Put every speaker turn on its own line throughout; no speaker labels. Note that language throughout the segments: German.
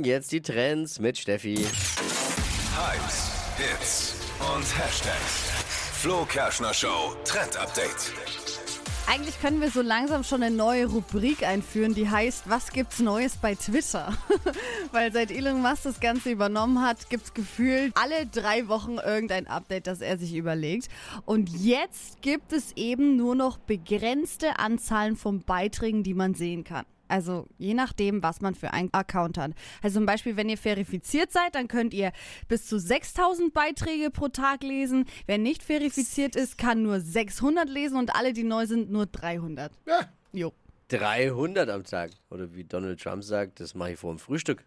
Jetzt die Trends mit Steffi.
Hypes, Hits und Hashtags. Flo Kerschner Show Trend Update.
Eigentlich können wir so langsam schon eine neue Rubrik einführen, die heißt, was gibt's Neues bei Twitter? Weil seit Elon Musk das Ganze übernommen hat, gibt's gefühlt alle drei Wochen irgendein Update, das er sich überlegt. Und jetzt gibt es eben nur noch begrenzte Anzahlen von Beiträgen, die man sehen kann. Also je nachdem, was man für einen Account hat. Also zum Beispiel, wenn ihr verifiziert seid, dann könnt ihr bis zu 6000 Beiträge pro Tag lesen. Wer nicht verifiziert ist, kann nur 600 lesen und alle, die neu sind, nur 300. Ja. Jo.
300 am Tag. Oder wie Donald Trump sagt, das mache ich vor dem Frühstück.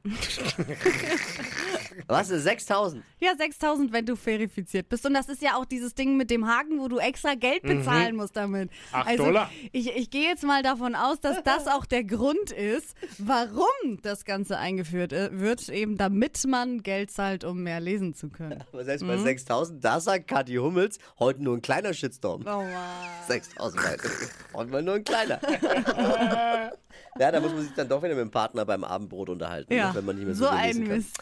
Was? 6000?
Ja, 6000, wenn du verifiziert bist. Und das ist ja auch dieses Ding mit dem Haken, wo du extra Geld bezahlen musst damit.
Mhm.
Also,
Acht Dollar.
Ich, ich gehe jetzt mal davon aus, dass das auch der Grund ist, warum das Ganze eingeführt äh, wird, eben damit man Geld zahlt, um mehr lesen zu können.
Aber selbst
Mhm.
bei 6000, da sagt Kathi Hummels, heute nur ein kleiner Shitstorm.
Oh, Mann.
6000 Beiträge. Heute mal nur ein kleiner. ja, da muss man sich dann doch wieder mit dem Partner beim Abendbrot unterhalten,
Ja,
wenn man nicht mehr so,
so
viel
ein
lesen kann.
Mist.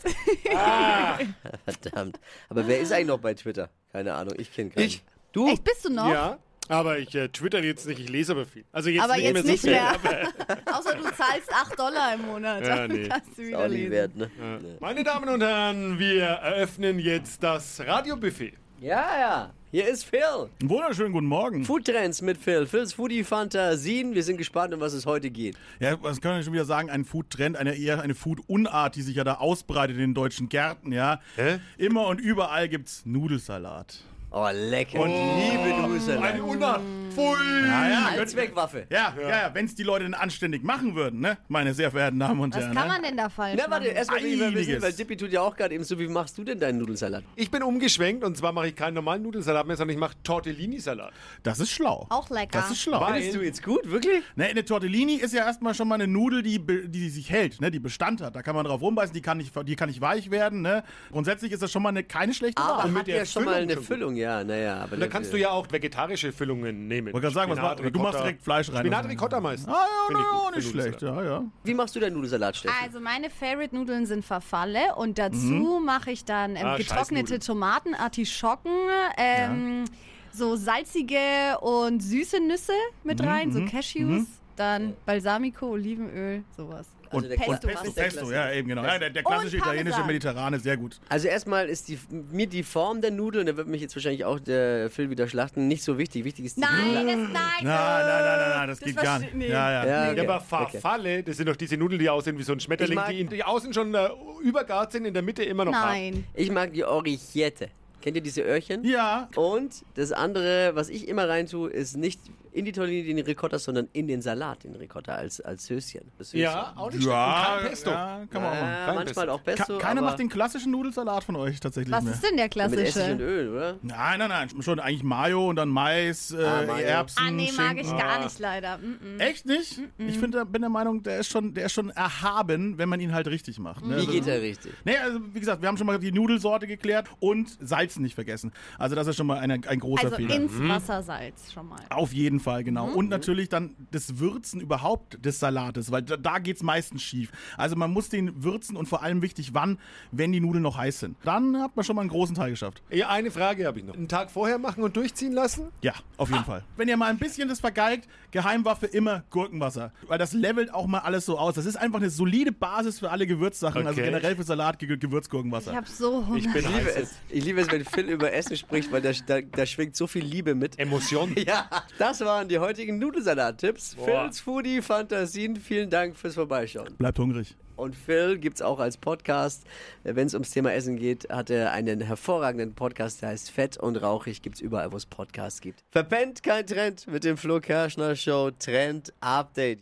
Verdammt. Aber wer ist eigentlich noch bei Twitter? Keine Ahnung, ich kenne keinen.
Ich. Du?
Echt, bist du noch?
Ja, aber ich äh, twitter jetzt nicht, ich lese aber viel. Also jetzt
Aber
nicht mehr
jetzt
so
nicht
viel.
mehr. Außer du zahlst 8 Dollar im Monat.
Ja,
Dann
nee.
kannst du
Ist
wieder
auch nicht
lesen.
wert, ne?
Meine Damen und Herren, wir eröffnen jetzt das Radiobuffet.
Ja, ja. Hier ist Phil.
Wunderschönen guten Morgen.
Food Trends mit Phil. Phil's Foodie Fantasien. Wir sind gespannt, um was es heute geht.
Ja, was können wir schon wieder sagen? Ein Food-Trend, eine eher eine Food-Unart, die sich ja da ausbreitet in den deutschen Gärten, ja.
Hä? Hm,
Immer und überall gibt's Nudelsalat.
Oh, lecker. Und liebe
Eine
Nudelsalat.
Unart. Pfui.
Naja,
Allzweckwaffe.
ja, ja, ja, wenn's die Leute denn anständig machen würden, ne? Meine sehr verehrten Damen und
Was
Herren.
kann
ne?
man denn da falsch
Na, warte,
machen?
erstmal will ich mal wissen,
Einiges.
weil Dippy tut ja auch gerade eben so, wie machst du denn deinen Nudelsalat?
Ich bin umgeschwenkt und zwar mache ich keinen normalen Nudelsalat mehr, sondern ich mache Tortellini-Salat.
Das ist schlau.
Auch lecker.
Das ist schlau.
Weil-
Findest du jetzt gut, wirklich?
Ne, eine Tortellini ist ja erstmal schon mal eine Nudel, die, be- die sich hält, ne, die Bestand hat. Da kann man drauf rumbeißen, die kann nicht, die kann nicht weich werden. Ne. Grundsätzlich ist das schon mal eine, keine schlechte Wahl.
Aber
mit
hat
der
ja schon mal
Füllung
eine
schon gut.
Füllung, ja, naja. Aber
Und da kannst du ja auch vegetarische Füllungen nehmen.
Wollte gerade sagen, was
Spinat,
mach- du machst
Ricotta.
direkt Fleisch rein.
Spinat Ricotta meistens.
Ah, ja,
Finde ich
na,
gut
auch
für
nicht
Nudelsalat.
schlecht. Ja, ja.
Wie machst du deinen Nudelsalat, Steffi?
Also meine Favorite-Nudeln sind Verfalle und dazu mache ich dann ähm,
Ah,
getrocknete
Scheißnudeln.
Tomaten, Artischocken, ähm, so salzige und süße Nüsse mit rein, so Cashews, dann Balsamico, Olivenöl, sowas.
Also der
Pesto
Pesto
machst
Pesto,
du.
der
Pesto,
Klassiker.
ja, eben genau. Ja, der, der klassische
Und Parmesan.
italienische Mediterrane, sehr gut.
Also erstmal ist die, mir die Form der Nudeln, da wird mich jetzt wahrscheinlich auch der Phil wieder schlachten, nicht so wichtig. Wichtig ist die
Nein,
Nudeln.
das, nein,
Nein, nein, nein, nein, nein, das,
das
geht gar nicht.
verstehe- nee.
Ja, ja.
Ja, okay.
Ja, aber
okay.
Farfalle, das sind doch diese Nudeln, die aussehen wie so ein
Ich
Schmetterling,
mag-
die, in, die außen schon äh, übergart sind, in der Mitte immer noch hart.
Nein.
Ich mag die Orichette. Kennt ihr diese Öhrchen?
Ja,
Und das andere, was ich immer rein tue, ist nicht in die Tortellini den Ricotta, sondern in den Salat den Ricotta als, als Höschen. Das Höschen.
Ja, auch nicht schlecht.
ja,
Und kein Pesto.
ja, kann man auch machen.
Ja,
Kein
manchmal
Pesto.
auch Pesto.
Ke- Keiner
aber
macht den klassischen Nudelsalat von euch tatsächlich
Was
mehr.
ist denn der
mit Essig und
klassische?
Öl, oder?
Nein, nein, nein. Schon eigentlich Mayo und dann Mais, äh,
Ah, Mayo.
Erbsen.
Ah, nee, mag
Schinken.
ich gar nicht leider. Mm -mm.
Echt nicht? Ich find, da- bin der Meinung, der ist, schon, der ist schon erhaben, wenn man ihn halt richtig macht. Ne?
Wie
Also-
geht er richtig?
Nee, also wie gesagt, wir haben schon mal die Nudelsorte geklärt und Salz nicht vergessen. Also das ist schon mal eine, ein großer
Also
Fehler. Mhm.
ins Wassersalz schon mal.
Auf jeden Fall, genau. Und natürlich dann das Würzen überhaupt des Salates, weil da, da geht's meistens schief. Also man muss den würzen und vor allem wichtig, wann, wenn die Nudeln noch heiß sind. Dann hat man schon mal einen großen Teil geschafft.
Ja, eine Frage habe ich noch. Einen Tag vorher machen und durchziehen lassen?
Ja, auf jeden Fall. Wenn ihr mal ein bisschen das vergeigt, Geheimwaffe immer Gurkenwasser. Weil das levelt auch mal alles so aus. Das ist einfach eine solide Basis für alle Gewürzsachen. Also
Okay.
generell für Salat, Ge
Ich
Gewürzgurkenwasser.
habe so Hunger.
Ich bin
Ich liebe
heiß.
es. Ich liebe es, wenn Phil über Essen spricht, weil da, da, da schwingt so viel Liebe mit.
Emotion.
Ja, das waren die heutigen Nudelsalat-Tipps.
Boah.
Phil's Foodie Fantasien, vielen Dank fürs Vorbeischauen.
Bleibt hungrig.
Und Phil gibt's auch als Podcast. Wenn es ums Thema Essen geht, hat er einen hervorragenden Podcast, der heißt Fett und Rauchig. Gibt's überall, wo es Podcasts gibt. Verpennt kein Trend mit dem Flo Kerschner Show Trend Update.